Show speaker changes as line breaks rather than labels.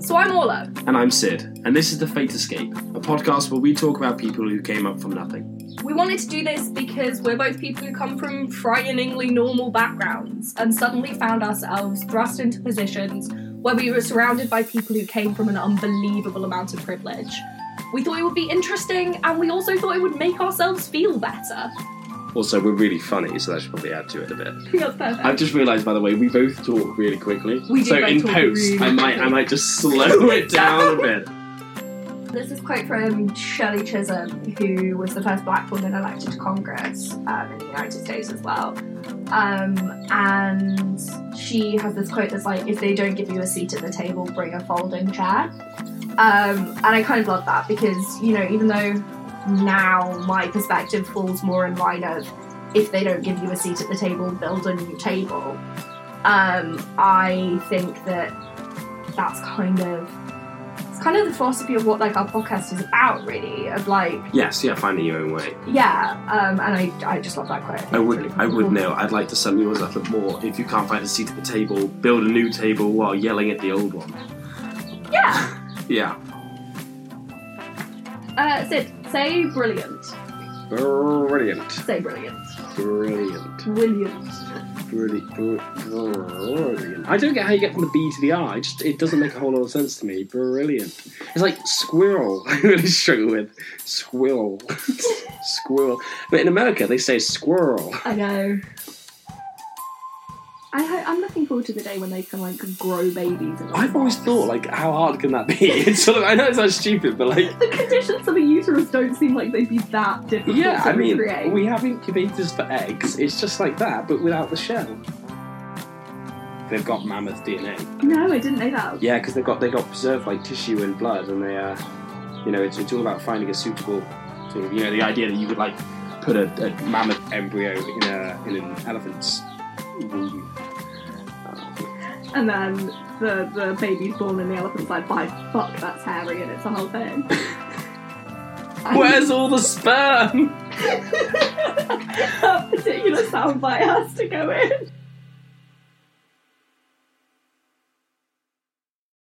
So I'm Orla.
And I'm Sid, and this is The Fate Escape, a podcast where we talk about people who came up from nothing.
We wanted to do this because we're both people who come from frighteningly normal backgrounds and suddenly found ourselves thrust into positions where we were surrounded by people who came from an unbelievable amount of privilege. We thought it would be interesting and we also thought it would make ourselves feel better.
Also, we're really funny, so that should probably add to it a bit.
That's perfect.
I've just realised, by the way, we both talk really quickly.
We do
so
both
in
talk
post,
really
I might I
quickly.
might just slow it down a bit.
This is a quote from Shirley Chisholm, who was the first black woman elected to Congress um, in the United States as well. Um, and she has this quote that's like, if they don't give you a seat at the table, bring a folding chair. Um, and I kind of love that because, you know, even though now my perspective falls more in line of if they don't give you a seat at the table, build a new table, um, I think that that's kind of it's kind of the philosophy of what like our podcast is about really of like
Yes, yeah, finding your own way.
yeah um and i i just love that quote
I would I would know. I'd like to sum yours up a bit more. If you can't find a seat at the table, build a new table while yelling at the old one.
yeah
Yeah.
uh sid say brilliant
Brilliant.
say brilliant
Brilliant.
brilliant
Brilliant. Brilliant. I don't get how you get from the B to the R. It just it doesn't make a whole lot of sense to me. Brilliant. It's like squirrel. I really struggle with squirrel. squirrel. But in America, they say squirrel.
i know I ho- I'm looking forward to the day when they can like grow babies. And
I've always thought, like, how hard can that be? It's sort of. I know it sounds stupid, but like.
the conditions of a uterus don't seem like they'd be that difficult
Yeah,
to
I mean,
recreate.
we have incubators for eggs. It's just like that, but without the shell. They've got mammoth DNA.
no, I didn't know that.
Yeah, because they got they got preserved like tissue and blood, and they, uh, you know, it's, it's all about finding a suitable. Sort of, you know, the idea that you could like put a, a mammoth embryo in a in an elephant's womb. Uh,
And then the the baby's born and the elephant's like, "By fuck, that's hairy," and it's a whole thing. And
Where's all the sperm?
that particular soundbite has to go in?